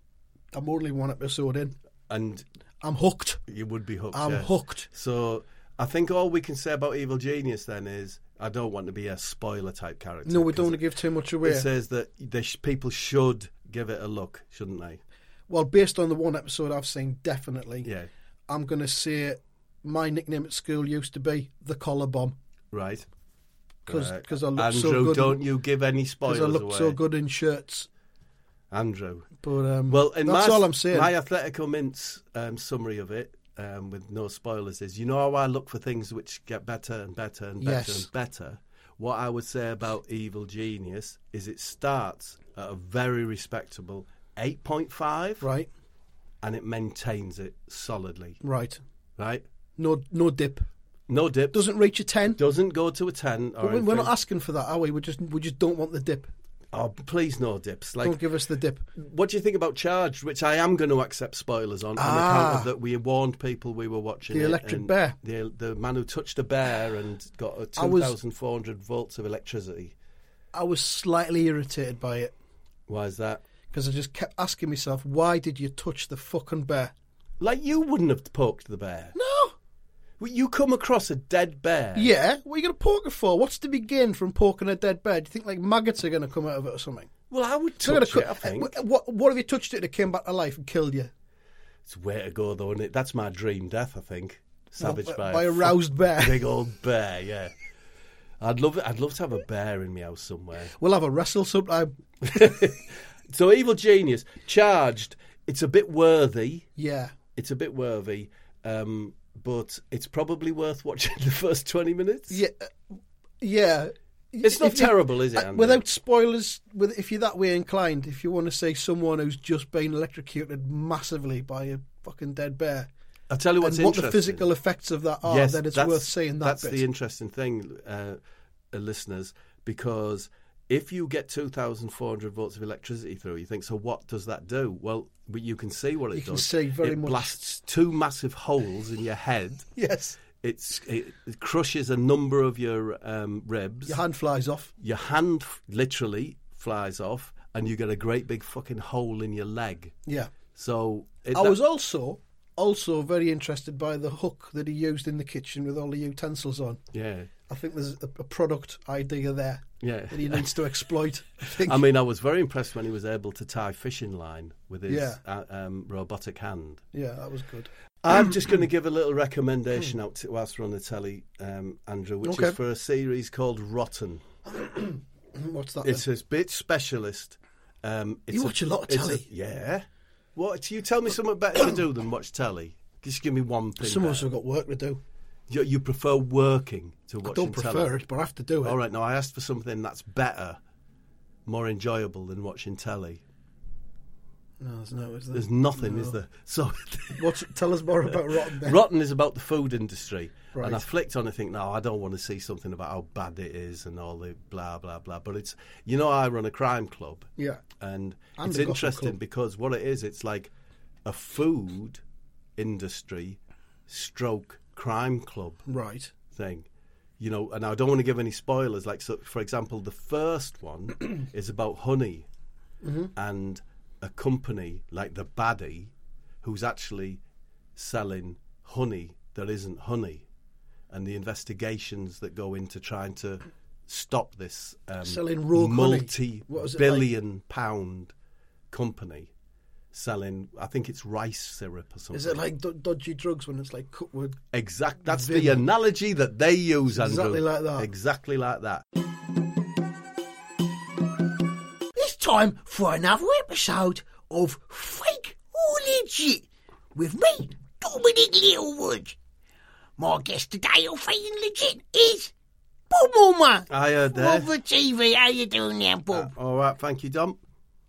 Speaker 2: I'm only one episode in.
Speaker 1: And
Speaker 2: I'm hooked.
Speaker 1: you would be hooked.
Speaker 2: I'm
Speaker 1: yeah.
Speaker 2: hooked.
Speaker 1: So I think all we can say about Evil Genius then is I don't want to be a spoiler type character.
Speaker 2: No, we don't
Speaker 1: because
Speaker 2: want to give too much away.
Speaker 1: It says that they sh- people should give it a look, shouldn't they?
Speaker 2: well, based on the one episode I've seen, definitely.
Speaker 1: Yeah.
Speaker 2: I'm going to say my nickname at school used to be the collar bomb
Speaker 1: Right.
Speaker 2: because
Speaker 1: Right.
Speaker 2: I looked
Speaker 1: Andrew,
Speaker 2: so good.
Speaker 1: don't you give any
Speaker 2: 'cause
Speaker 1: spoilers
Speaker 2: I looked
Speaker 1: away.
Speaker 2: so good in shirts.
Speaker 1: Andrew.
Speaker 2: But um,
Speaker 1: Well, in
Speaker 2: that's
Speaker 1: my,
Speaker 2: all I'm saying.
Speaker 1: My Athletical Mint's um, summary of it, um, with no spoilers, is you know how I look for things which get better and better and better
Speaker 2: Yes.
Speaker 1: and better? What I would say about Evil Genius is it starts at a very respectable 8.5
Speaker 2: right,
Speaker 1: and it maintains it solidly,
Speaker 2: right.
Speaker 1: right?
Speaker 2: No, no dip.
Speaker 1: No dip.
Speaker 2: Doesn't reach a ten.
Speaker 1: doesn't go to a 10 or
Speaker 2: But we- we're not
Speaker 1: anything.
Speaker 2: asking for that, are we? We just we just don't want the dip.
Speaker 1: Oh, please no dips. Like
Speaker 2: don't give us the dip.
Speaker 1: what do you think about Charged, which I am going to accept spoilers on, on account
Speaker 2: Ah.
Speaker 1: of that we warned people we were watching
Speaker 2: The
Speaker 1: it
Speaker 2: electric
Speaker 1: and
Speaker 2: bear.
Speaker 1: the the man who touched a bear and got a
Speaker 2: I
Speaker 1: two
Speaker 2: was-
Speaker 1: thousand four hundred volts of electricity.
Speaker 2: I was slightly irritated by it
Speaker 1: Why is that?
Speaker 2: because I just kept asking myself, why did you touch the fucking bear?
Speaker 1: Like you wouldn't have poked the bear.
Speaker 2: No.
Speaker 1: Well, You come across a dead bear.
Speaker 2: Yeah. What are you going to poke it for? What's to be gained from poking a dead bear? Do you think like maggots are going to come out of it or something?
Speaker 1: Well, I would
Speaker 2: They're gonna
Speaker 1: touch
Speaker 2: co-
Speaker 1: it. I think
Speaker 2: Uh, What, what if you touched it and it came back to life and killed you?
Speaker 1: it's way to go though, is it? That's my dream death. I think savage
Speaker 2: By-
Speaker 1: by,
Speaker 2: by a
Speaker 1: fucking
Speaker 2: roused bear.
Speaker 1: big old bear. Yeah. I'd love, I'd love to have a bear in my house somewhere.
Speaker 2: We'll have a wrestle sometime.
Speaker 1: So Evil Genius, Charged, it's a bit worthy.
Speaker 2: Yeah.
Speaker 1: It's a bit worthy, um, but it's probably worth watching the first 20 minutes.
Speaker 2: Yeah. uh, Yeah.
Speaker 1: It's not
Speaker 2: If you-
Speaker 1: terrible, is it,
Speaker 2: Uh,
Speaker 1: Andy?
Speaker 2: Without spoilers, with, if you're that way inclined, if you want to say someone who's just been electrocuted massively by a fucking dead bear,
Speaker 1: I'll tell you what's
Speaker 2: and what the
Speaker 1: interesting.
Speaker 2: physical effects of that are, then it's
Speaker 1: that's-
Speaker 2: worth saying that
Speaker 1: That's
Speaker 2: bit.
Speaker 1: the interesting thing, uh, uh, listeners, because if you get 2,400 volts of electricity through, you think, so what does that do? Well, but you can see what it
Speaker 2: You can
Speaker 1: does.
Speaker 2: see very
Speaker 1: it
Speaker 2: much.
Speaker 1: blasts two massive holes in your head.
Speaker 2: yes,
Speaker 1: It's, it crushes a number of your um, ribs.
Speaker 2: your hand flies off.
Speaker 1: your hand f- literally flies off and you get a great big fucking hole in your leg.
Speaker 2: Yeah,
Speaker 1: So it,
Speaker 2: I
Speaker 1: that-
Speaker 2: was also also very interested by the hook that he used in the kitchen with all the utensils on.
Speaker 1: yeah,
Speaker 2: I think there's a, a product idea there
Speaker 1: yeah.
Speaker 2: that he needs to exploit. I think.
Speaker 1: I mean, I was very impressed when he was able to tie fishing line with his
Speaker 2: Yeah.
Speaker 1: uh, um, robotic hand.
Speaker 2: yeah, that was good.
Speaker 1: I'm just going to give a little recommendation out to, whilst we're on the telly, um, Andrew, which
Speaker 2: hmm. Okay.
Speaker 1: is for a series called Rotten.
Speaker 2: What's that?
Speaker 1: It's
Speaker 2: then?
Speaker 1: a bit specialist. Um, it's
Speaker 2: You watch a lot of
Speaker 1: it's
Speaker 2: telly.
Speaker 1: yeah. What? You tell me something better to do than watch telly. Just give me one thing.
Speaker 2: Some of us
Speaker 1: better.
Speaker 2: have got work to do.
Speaker 1: You, you prefer working to watching
Speaker 2: I don't
Speaker 1: telly.
Speaker 2: prefer it, but I have to do it.
Speaker 1: All right, now I asked for something that's better, more enjoyable than watching telly.
Speaker 2: No, there's no. Is there?
Speaker 1: There's nothing, is there? So,
Speaker 2: What's, tell us more about Rotten then.
Speaker 1: Rotten is about the food industry,
Speaker 2: Right.
Speaker 1: and I flicked on and think, no, I don't want to see something about how bad it is and all the blah blah blah. But it's you know I run a crime club,
Speaker 2: Yeah.
Speaker 1: and
Speaker 2: And
Speaker 1: it's
Speaker 2: a gossip
Speaker 1: interesting
Speaker 2: club.
Speaker 1: because what it is, it's like a food industry stroke crime club.
Speaker 2: Right.
Speaker 1: thing. You know, and I don't want to give any spoilers. Like, so, for example, the first one is about honey
Speaker 2: Mm-hmm.
Speaker 1: and a company like the baddie who's actually selling honey that isn't honey and the investigations that go into trying to stop this um,
Speaker 2: Selling raw honey.
Speaker 1: multi
Speaker 2: What was it like?
Speaker 1: billion pound company selling, I think it's rice syrup or something.
Speaker 2: Is it like do- dodgy drugs when it's like cut with?
Speaker 1: Exact. That's the
Speaker 2: Vivid.
Speaker 1: analogy that they use, Andrew.
Speaker 2: Exactly like that.
Speaker 1: Exactly like that.
Speaker 8: It's time for another episode of Fake or Legit with me, Dominic Littlewood. My guest today on Feeding Legit is Bob Woolmer.
Speaker 5: I heard that.
Speaker 8: Bob the TV. How you doing now, Bob?
Speaker 5: All right, thank you, Dom.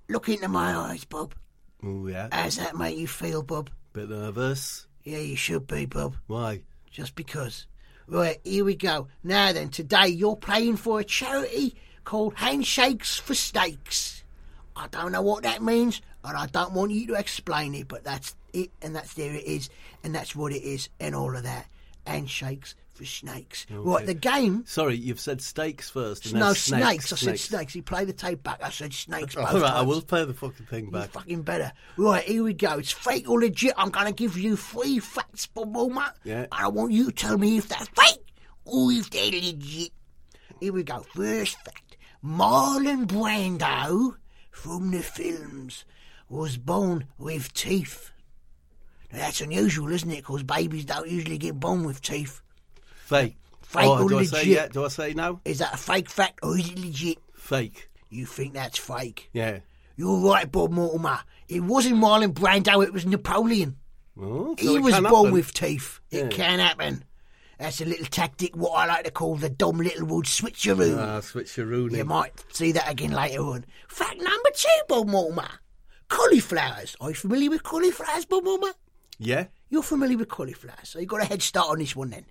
Speaker 8: Look into my eyes, Bob.
Speaker 5: Oh, yeah.
Speaker 8: How's that make you feel, Bob?
Speaker 5: Bit nervous.
Speaker 8: Yeah, you should be, Bob.
Speaker 5: Why?
Speaker 8: Just because. Right, here we go. Now then, today you're playing for a charity called Handshakes for Steaks. I don't know what that means, and I don't want you to explain it, but that's it, and that's there it is, and that's what it is, and all of that. Handshakes for snakes. Right, the game.
Speaker 5: Sorry, you've said steaks first. And
Speaker 8: No,
Speaker 5: then
Speaker 8: snakes. I said
Speaker 5: snakes.
Speaker 8: snakes. He played the tape back. I said snakes.
Speaker 5: All
Speaker 8: both
Speaker 5: right, I
Speaker 8: times.
Speaker 5: will play the fucking thing
Speaker 8: You
Speaker 5: back.
Speaker 8: fucking better. Right, here we go. It's fake or legit. I'm gonna give you three facts, Bob Wilmot.
Speaker 5: Yeah.
Speaker 8: And I want you to tell me if they're fake or if they're legit. Here we go. First fact: Marlon Brando from the films was born with teeth. Now, that's unusual, isn't it? Because babies don't usually get born with teeth.
Speaker 5: Fake.
Speaker 8: Fake
Speaker 5: Oh,
Speaker 8: or
Speaker 5: do I
Speaker 8: legit?
Speaker 5: say yeah? Do I say no?
Speaker 8: Is that a fake fact or is it legit?
Speaker 5: Fake.
Speaker 8: You think that's fake?
Speaker 5: Yeah.
Speaker 8: You're right, Bob Mortimer. It wasn't Marlon Brando. It was Napoleon.
Speaker 5: Oh, so
Speaker 8: he
Speaker 5: it
Speaker 8: was
Speaker 5: can
Speaker 8: born
Speaker 5: happen.
Speaker 8: with teeth. It can happen. That's a little tactic, what I like to call the Dom Littlewood switcheroo.
Speaker 5: Ah, switcheroo.
Speaker 8: you might see that again later on. Fact number two, Bob Mortimer. Cauliflowers. Are you familiar with cauliflowers, Bob Mortimer?
Speaker 5: Yeah.
Speaker 8: You're familiar with cauliflowers, so you got a head start on this one then.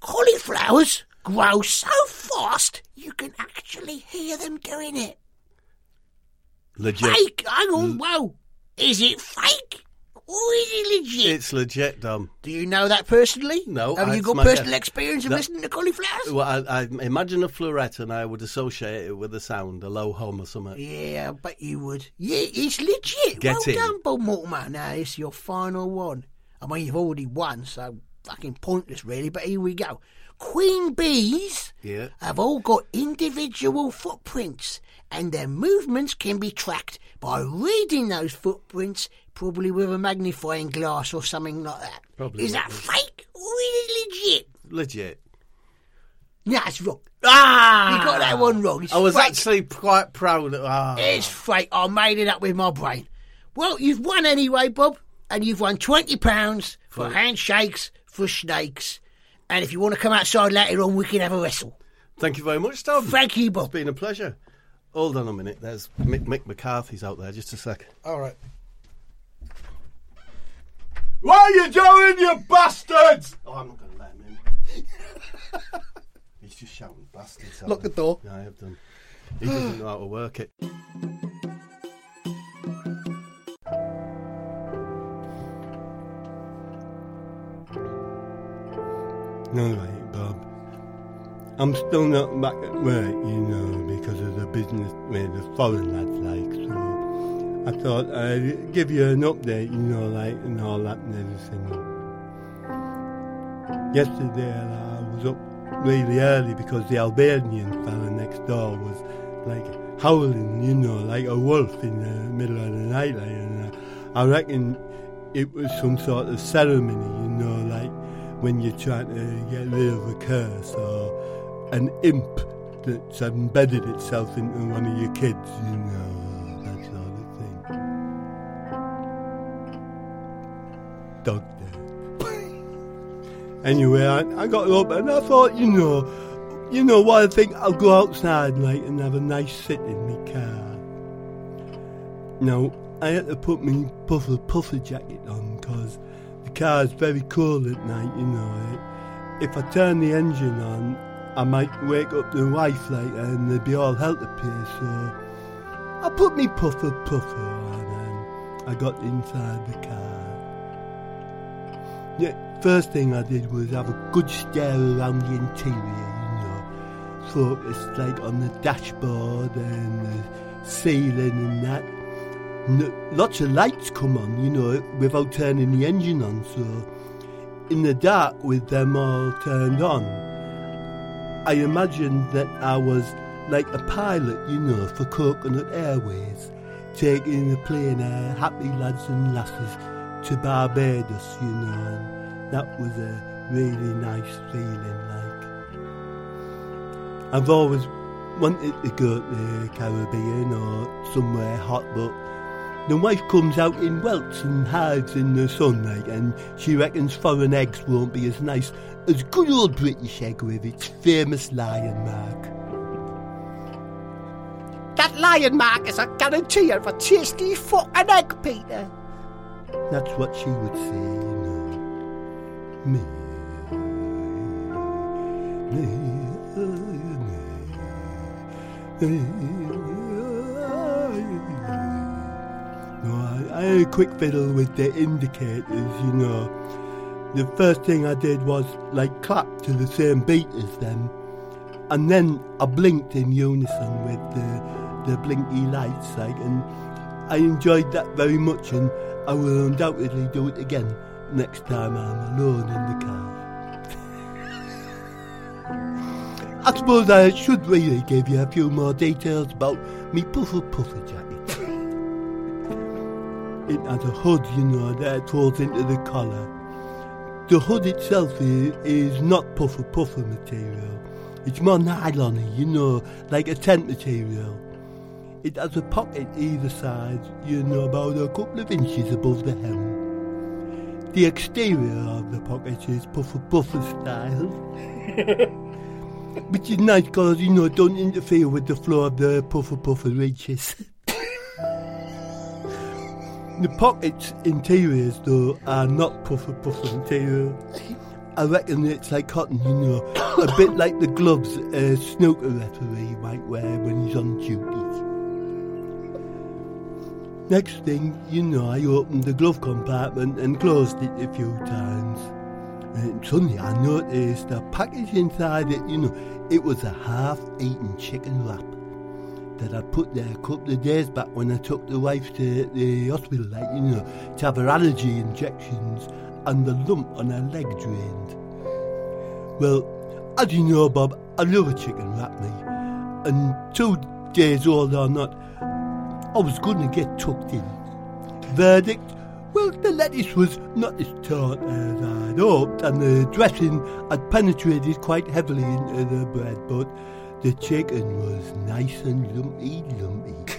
Speaker 8: cauliflowers grow so fast you can actually hear them doing it.
Speaker 5: Legit.
Speaker 8: Fake! Hang
Speaker 5: Mm.
Speaker 8: on, whoa. Is it fake or is it legit?
Speaker 5: It's legit, Dom.
Speaker 8: Do you know that personally?
Speaker 5: No,
Speaker 8: Have you
Speaker 5: it's
Speaker 8: got
Speaker 5: my
Speaker 8: personal
Speaker 5: guess.
Speaker 8: experience of
Speaker 5: No.
Speaker 8: listening to cauliflowers?
Speaker 5: Well, I, I imagine a fluorette and I would associate it with a sound, a low hum or something.
Speaker 8: Yeah, I bet you would. Yeah, it's legit.
Speaker 5: Get
Speaker 8: well
Speaker 5: in.
Speaker 8: done, Bob Mortimer. Now, it's your final one. I mean, you've already won, so fucking pointless, really, but here we go. Queen bees
Speaker 5: Yeah.
Speaker 8: have all got individual footprints, and their movements can be tracked by reading those footprints, probably with a magnifying glass or something like that.
Speaker 5: Probably
Speaker 8: Is
Speaker 5: would
Speaker 8: that fake or is it legit?
Speaker 5: Legit.
Speaker 8: No, it's wrong.
Speaker 5: Ah!
Speaker 8: You got that one wrong. It's
Speaker 5: I was
Speaker 8: fake.
Speaker 5: actually quite proud of ah.
Speaker 8: It's fake. I made it up with my brain. Well, you've won anyway, Bob, and you've won twenty pounds for handshakes for snakes. And if you want to come outside later on, we can have a wrestle.
Speaker 5: Thank you very much, Dom.
Speaker 8: Thank you,
Speaker 5: It's
Speaker 8: Bob.
Speaker 5: been a pleasure. Hold on a minute. There's Mick, Mick McCarthy's out there. Just a sec.
Speaker 1: All right.
Speaker 5: What are you doing, you bastards? Oh, I'm not going to let him in. He's just shouting bastards. at
Speaker 1: Lock
Speaker 5: me.
Speaker 1: the door.
Speaker 5: Yeah, I have done. He doesn't know how to work it. No, right, Bob. I'm still not back at work, you know, because of the business where the foreign lads like, so... I thought I'd give you an update, you know, like, and all that and everything. Yesterday I was up really early because the Albanian fella next door was, like, howling, you know, like a wolf in the middle of the night. Like, and uh, I, I reckon it was some sort of ceremony, you know, like when you're trying to get rid of a curse or an imp that's embedded itself into one of your kids, you know, that sort of thing. Dog dead. anyway, I, I got up and I thought, you know, you know what, I think I'll go outside like and have a nice sit in my car. Now, I had to put my puffer puffer jacket on because the car's very cold at night, you know. eh? If I turn the engine on, I might wake up the wife later and they'd be all hell to pay, so I put me puffer puffer on and I got inside the car. Yeah, first thing I did was have a good stare around the interior, you know focused like on the dashboard and the ceiling and that. N- lots of lights come on, you know, without turning the engine on. So in the dark with them all turned on, I imagined that I was like a pilot, you know, for Coconut Airways, taking the plane, uh, happy lads and lasses, to Barbados, you know. And that was a really nice feeling, like. I've always wanted to go to the Caribbean or somewhere hot, but The wife comes out in welts and hides in the sunlight, and she reckons foreign eggs won't be as nice as good old British egg with its famous lion mark. That lion mark is a guarantee of a tasty fucking egg, Peter. That's what she would say. No. Me. No, I, I had a quick fiddle with the indicators, you know. The first thing I did was like clap to the same beat as them, and then I blinked in unison with the the blinky lights, like, and I enjoyed that very much, and I will undoubtedly do it again next time I'm alone in the car. I suppose I should really give you a few more details about me puffer puffer jacket. it has a hood, you know, that folds into the collar. The hood itself is, is not puffer puffer material. It's more nylony, you know, like a tent material. It has a pocket either side, you know, about a couple of inches above the hem. The exterior of the pocket is puffer puffer style which is nice because you know don't interfere with the flow of the puffer puffer ridges. the pockets interiors though are not puffer puffer interior. I reckon it's like cotton, you know, a bit like the gloves a snooker referee might wear when he's on duty. Next thing, you know, I opened the glove compartment and closed it a few times. And suddenly I noticed the package inside it, you know, it was a half-eaten chicken wrap that I put there a couple of days back when I took the wife to the hospital, like, you know, to have her allergy injections and the lump on her leg drained. Well, as you know, Bob, I love a chicken wrap, me. And two days old or not, I was going to get tucked in. Verdict? Well, the lettuce was not as tart as I'd hoped, and the dressing had penetrated quite heavily into the bread, but the chicken was nice and lumpy, lumpy.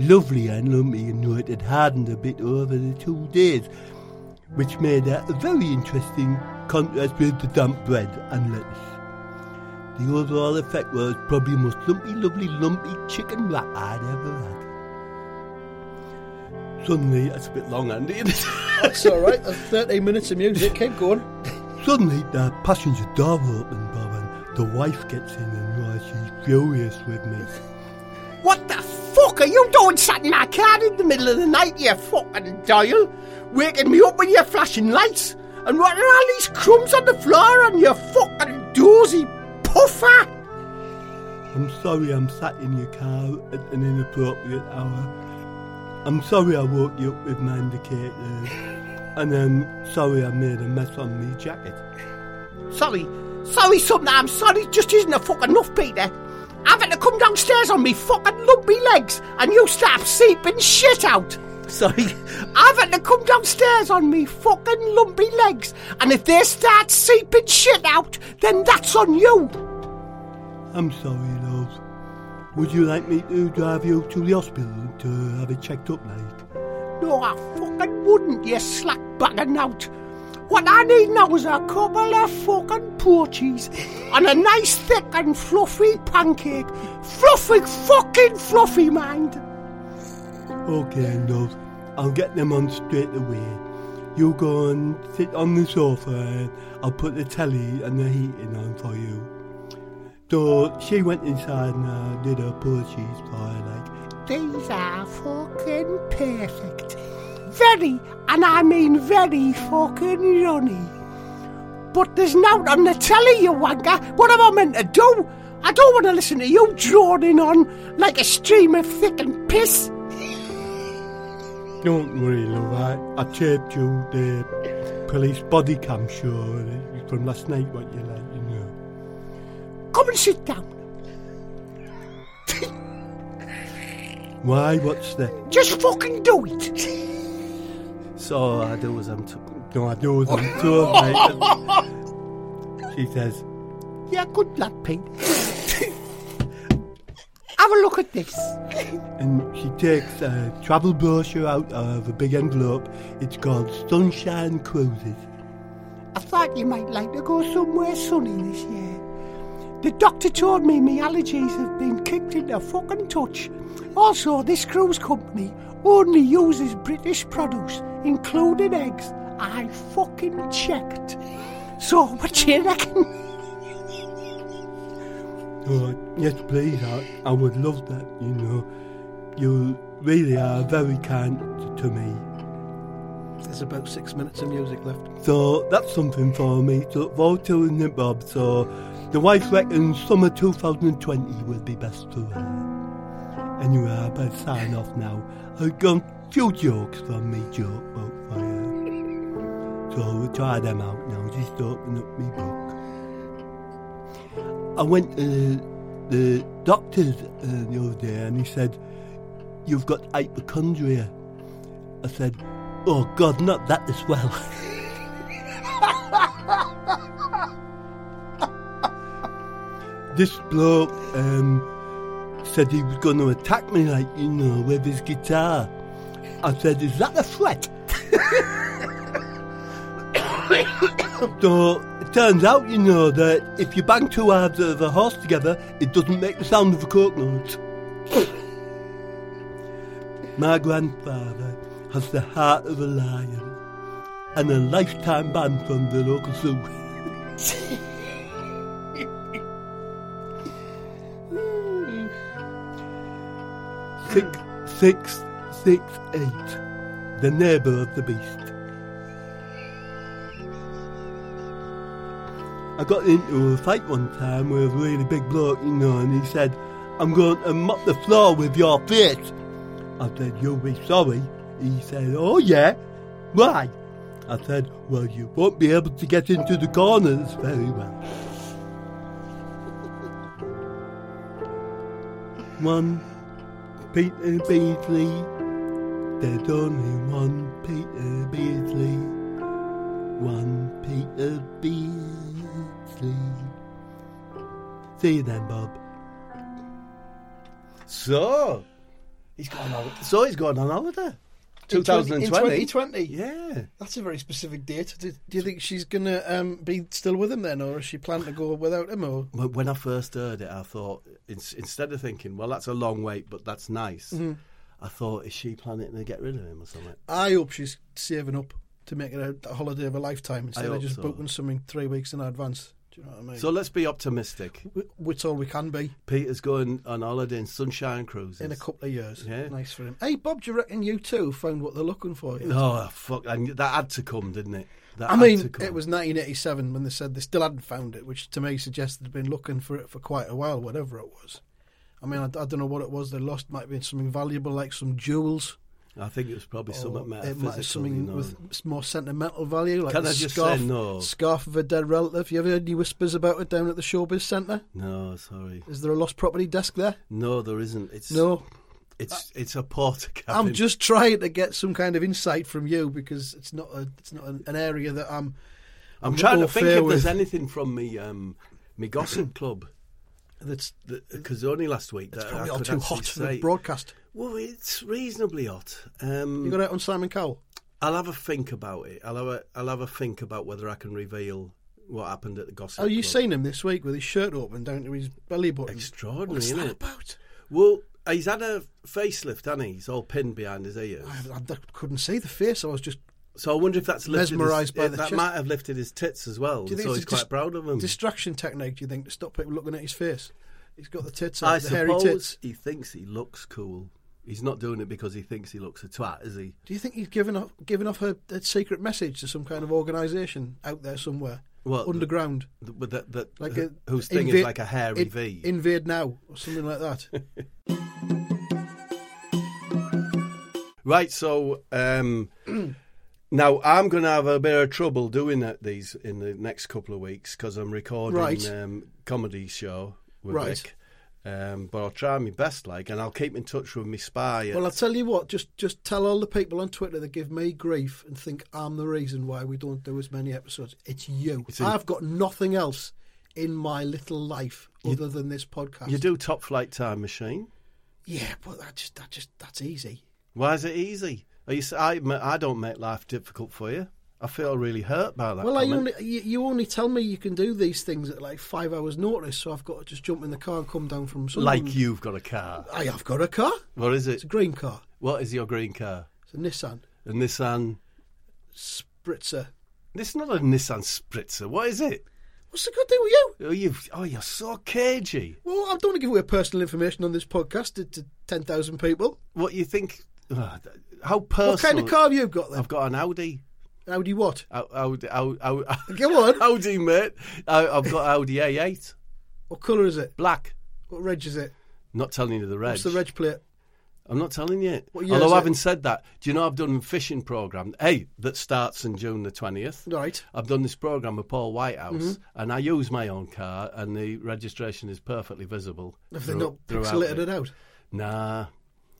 Speaker 5: Lovely and lumpy, and though it had hardened a bit over the two days, which made a very interesting contrast with the damp bread and lettuce. The overall effect was probably the most lumpy, lovely, lumpy chicken wrap I'd ever had. Suddenly,
Speaker 1: That's a bit long, Andy. isn't it?
Speaker 2: That's all right. That's 13 minutes of music. Keep going.
Speaker 5: Suddenly, the passenger door opened, Bob, and the wife gets in and why she's furious with me. What the fuck are you doing sat in my car in the middle of the night, you fucking dial? Waking me up with your flashing lights? And what are all these crumbs on the floor and your fucking dozy puffer? I'm sorry I'm sat in your car at an inappropriate hour. I'm sorry I woke you up with my indicator. And um, sorry I made a mess on me jacket. Sorry, sorry, something I'm sorry just isn't a fucking enough, Peter. Having to come downstairs on me fucking lumpy legs and you start seeping shit out. Sorry, having to come downstairs on me fucking lumpy legs and if they start seeping shit out, then that's on you. I'm sorry, love. Would you like me to drive you to the hospital to have it checked up, like? No, I fucking wouldn't, you slack banging out. What I need now is a couple of fucking porchies and a nice thick and fluffy pancake. Fluffy, fucking fluffy, mind. Okay, love. I'll get them on straight away. You go and sit on the sofa and I'll put the telly and the heating on for you. So she went inside and uh, did her purchase for her, like, These are fucking perfect. Very, and I mean very fucking runny. But there's nout on the telly, you wanker. What am I meant to do? I don't want to listen to you droning on like a stream of thickened piss. Don't worry, love. I, I taped you the police body cam show from last night, what you like, you know. Come and sit down. Why? What's the? Just fucking do it.
Speaker 1: so I do as I'm talking.
Speaker 5: No, I do them too, mate. She says, Yeah, good luck, Pete. I
Speaker 8: Have a look at this.
Speaker 5: And she takes a travel brochure out of a big envelope. It's called Sunshine Cruises.
Speaker 8: I thought you might like to go somewhere sunny this year. The doctor told me my allergies have been kicked into fucking touch. Also, this cruise company only uses British produce, including eggs. I fucking checked. So, what do you reckon?
Speaker 5: Oh, yes, please, I, I would love that, you know. You really are very kind to me.
Speaker 2: There's about six minutes of music left.
Speaker 5: So that's something for me to look forward to in the Bob. So the wife reckons summer 2020 will be best for her. Anyway, I better sign off now. I've got a few jokes from me joke book for you. So we'll try them out now. Just open up me book. I went to the doctor's uh, the other day and he said, You've got hypochondria. I said, Oh God, not that as well. this bloke um, said he was going to attack me, like, you know, with his guitar. I said, Is that a threat? so it turns out, you know, that if you bang two halves of a horse together, it doesn't make the sound of a coconut. My grandfather has the heart of a lion and a lifetime ban from the local zoo. six, six, six, eight. The neighbour of the beast. I got into a fight one time with a really big bloke, you know, and he said, I'm going to mop the floor with your face. I said, You'll be sorry. He said, Oh, yeah. Why? I said, Well, you won't be able to get into the corners very well. One Peter Beasley. There's only one Peter Beasley. One Peter Beasley. See you then, Bob.
Speaker 1: So he's gone. On, so he's gone on holiday. 2020.
Speaker 2: In 2020.
Speaker 1: Yeah.
Speaker 2: That's a very specific date. Do, do you think she's going to um, be still with him then, or is she planning to go without him? Or
Speaker 1: When when I first heard it, I thought ins instead of thinking, "Well, that's a long wait, but that's nice,"
Speaker 2: Mm-hmm.
Speaker 1: I thought, "Is she planning to get rid of him or something?"
Speaker 2: I hope she's saving up to make it a, a holiday of a lifetime instead of
Speaker 1: hope
Speaker 2: just
Speaker 1: so.
Speaker 2: booking something three weeks in advance. Do you know what I mean?
Speaker 1: So let's be optimistic.
Speaker 2: Wh- which all we can be
Speaker 1: Peter's going on holiday in Sunshine Cruises.
Speaker 2: in a couple of years.
Speaker 1: Yeah.
Speaker 2: Nice for him. Hey, Bob, do you reckon you two found what they're looking for?
Speaker 1: Oh fuck! I, knew- that had to come, didn't it? That
Speaker 2: I
Speaker 1: had
Speaker 2: mean,
Speaker 1: to come.
Speaker 2: it was 1987 when they said they still hadn't found it, which to me suggests they'd been looking for it for quite a while, whatever it was. I mean, I, don't know what it was they lost. Might have been something valuable, like some jewels.
Speaker 1: I think it was probably something
Speaker 2: or Oh, it might
Speaker 1: metaphysical.
Speaker 2: have something
Speaker 1: you know.
Speaker 2: with s- more sentimental value, like
Speaker 1: Can
Speaker 2: the
Speaker 1: I just
Speaker 2: scarf,
Speaker 1: say no?
Speaker 2: scarf of a dead relative. You ever heard any whispers about it down at the Showbiz Centre?
Speaker 1: No, sorry.
Speaker 2: Is there a lost property desk there?
Speaker 1: No, there isn't. It's
Speaker 2: No.
Speaker 1: It's it's a porter cabin.
Speaker 2: I'm just trying to get some kind of insight from you because it's not a, it's not an an area that I'm.
Speaker 1: I'm trying
Speaker 2: all
Speaker 1: to think
Speaker 2: fair
Speaker 1: if there's
Speaker 2: with-
Speaker 1: anything from me um me gossip club
Speaker 2: That's
Speaker 1: because only last week
Speaker 2: it's
Speaker 1: that
Speaker 2: probably
Speaker 1: Uh, I
Speaker 2: all
Speaker 1: could
Speaker 2: too
Speaker 1: actually
Speaker 2: hot for the
Speaker 1: say-
Speaker 2: broadcast.
Speaker 1: Well, it's reasonably hot.
Speaker 2: You
Speaker 1: Um,
Speaker 2: got out on Simon Cowell.
Speaker 1: I'll have a think about it. I'll have a I'll have a think about whether I can reveal what happened at the gossip.
Speaker 2: Oh, you
Speaker 1: club.
Speaker 2: seen him this week with his shirt open down to his belly button.
Speaker 1: Extraordinary,
Speaker 2: What's
Speaker 1: isn't
Speaker 2: that
Speaker 1: it?
Speaker 2: about?
Speaker 1: Well, he's had a facelift, hasn't he? He's all pinned behind his ears.
Speaker 2: I, I couldn't see the face. I was just.
Speaker 1: So I wonder if that's lifted
Speaker 2: Mesmerised
Speaker 1: his,
Speaker 2: by
Speaker 1: yeah,
Speaker 2: the
Speaker 1: that
Speaker 2: chest.
Speaker 1: might have lifted his tits as well.
Speaker 2: Do you
Speaker 1: So
Speaker 2: think
Speaker 1: he's
Speaker 2: it's a dis-
Speaker 1: quite proud of him.
Speaker 2: Distraction technique, do you think, to stop people looking at his face? He's got the tits out,
Speaker 1: I
Speaker 2: the hairy
Speaker 1: suppose
Speaker 2: tits.
Speaker 1: he thinks he looks cool. He's not doing it because he thinks he looks a twat, is he?
Speaker 2: Do you think he's giving off giving off a, a secret message to some kind of organisation out there somewhere,
Speaker 1: What, the-
Speaker 2: underground,
Speaker 1: Th- But that, that
Speaker 2: like
Speaker 1: wh-
Speaker 2: a,
Speaker 1: whose thing
Speaker 2: invade-
Speaker 1: is like a hairy
Speaker 2: in-
Speaker 1: V.
Speaker 2: invade now or something like that?
Speaker 1: Right, so um, now I'm going to have a bit of trouble doing that, these in the next couple of weeks because I'm recording
Speaker 2: Right.
Speaker 1: um, comedy show with
Speaker 2: Right.
Speaker 1: Vic. Um, but I'll try my best, like, and I'll keep in touch with my spy.
Speaker 2: Well, I'll tell you what. Just just tell all the people on Twitter that give me grief and think I'm the reason why we don't do as many episodes. It's you. I've got nothing else in my little life other than this podcast.
Speaker 1: you do Top Flight Time Machine.
Speaker 2: Yeah, but that just that just that's easy.
Speaker 1: Why is it easy? Are you, s- I, ma- I don't make life difficult for you. I feel really hurt by that.
Speaker 2: well, I
Speaker 1: comment.
Speaker 2: only you, you only tell me you can do these things at like five hours' notice, so I've got to just jump in the car and come down from somewhere.
Speaker 1: like you've got a car.
Speaker 2: I have got a car.
Speaker 1: What is
Speaker 2: It's
Speaker 1: it?
Speaker 2: a green car.
Speaker 1: What is your green car?
Speaker 2: It's a Nissan
Speaker 1: A Nissan.
Speaker 2: Spritzer.
Speaker 1: It's not a Nissan Spritzer. What is it?
Speaker 2: What's the good thing with you?
Speaker 1: Oh, you. Oh, you're so cagey.
Speaker 2: Well, I don't want to give away personal information on this podcast to, to ten thousand people.
Speaker 1: What you think? ah, th- how personal?
Speaker 2: What kind of car have you got then?
Speaker 1: I've got an Audi.
Speaker 2: Audi what?
Speaker 1: Au- Audi. Au- Au-
Speaker 2: Go on.
Speaker 1: Audi, mate. I, I've got Audi A8.
Speaker 2: What colour is it?
Speaker 1: Black.
Speaker 2: What reg is it?
Speaker 1: Not telling you the reg.
Speaker 2: What's the reg plate?
Speaker 1: I'm not telling you.
Speaker 2: What year is
Speaker 1: Although
Speaker 2: it?
Speaker 1: I haven't said that. Do you know I've done a fishing programme? Hey, that starts in June the 20th.
Speaker 2: Right. Mm-hmm.
Speaker 1: I've done this programme with Paul Whitehouse and I use my own car and the registration is perfectly visible.
Speaker 2: Have they
Speaker 1: through-
Speaker 2: not
Speaker 1: throughout
Speaker 2: pixelated it out?
Speaker 1: Nah.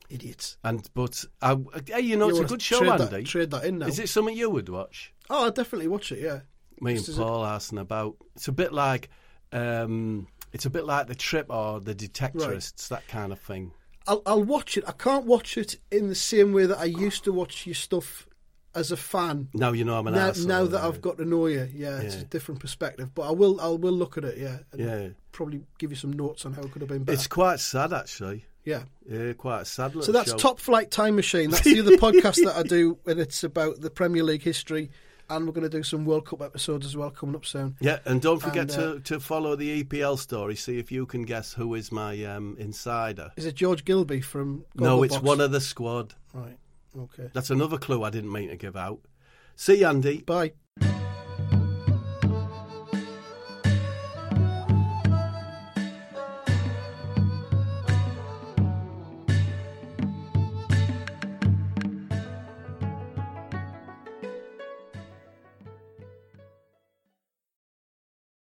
Speaker 2: Idiots.
Speaker 1: And but I, hey, you know
Speaker 2: You
Speaker 1: it's a
Speaker 2: wanna
Speaker 1: good show,
Speaker 2: trade that-
Speaker 1: Andy.
Speaker 2: trade that in now.
Speaker 1: Is it something you would watch?
Speaker 2: Oh, I'll definitely watch it, yeah.
Speaker 1: Me
Speaker 2: Just
Speaker 1: and
Speaker 2: as a-
Speaker 1: Paul asking about. It's a bit like, um, it's a bit like the Trip or the Detectorists, that kind of thing.
Speaker 2: I'll, I'll watch it. I can't watch it in the same way that I used to watch your stuff as a fan.
Speaker 1: Now you know I'm an
Speaker 2: now,
Speaker 1: arsehole,
Speaker 2: now that
Speaker 1: yeah.
Speaker 2: I've got to know you, yeah, it's a different perspective. But I will, I will look at it, yeah, and
Speaker 1: Yeah.
Speaker 2: probably give you some notes on how it could have been better.
Speaker 1: It's quite sad actually.
Speaker 2: yeah.
Speaker 1: Yeah, quite a sad.
Speaker 2: So
Speaker 1: little
Speaker 2: that's
Speaker 1: show.
Speaker 2: Top Flight Time Machine. That's the other podcast that I do, and it's about the Premier League history. And we're going to do some World Cup episodes as well coming up soon.
Speaker 1: Yeah, and don't forget
Speaker 2: And, uh,
Speaker 1: to, to follow the EPL story. See if you can guess who is my um, insider.
Speaker 2: Is it George Gilby from?
Speaker 1: No, it's
Speaker 2: Gogglebox?
Speaker 1: one of the squad.
Speaker 2: Right. Okay.
Speaker 1: That's another clue I didn't mean to give out. See, Andy.
Speaker 2: Bye.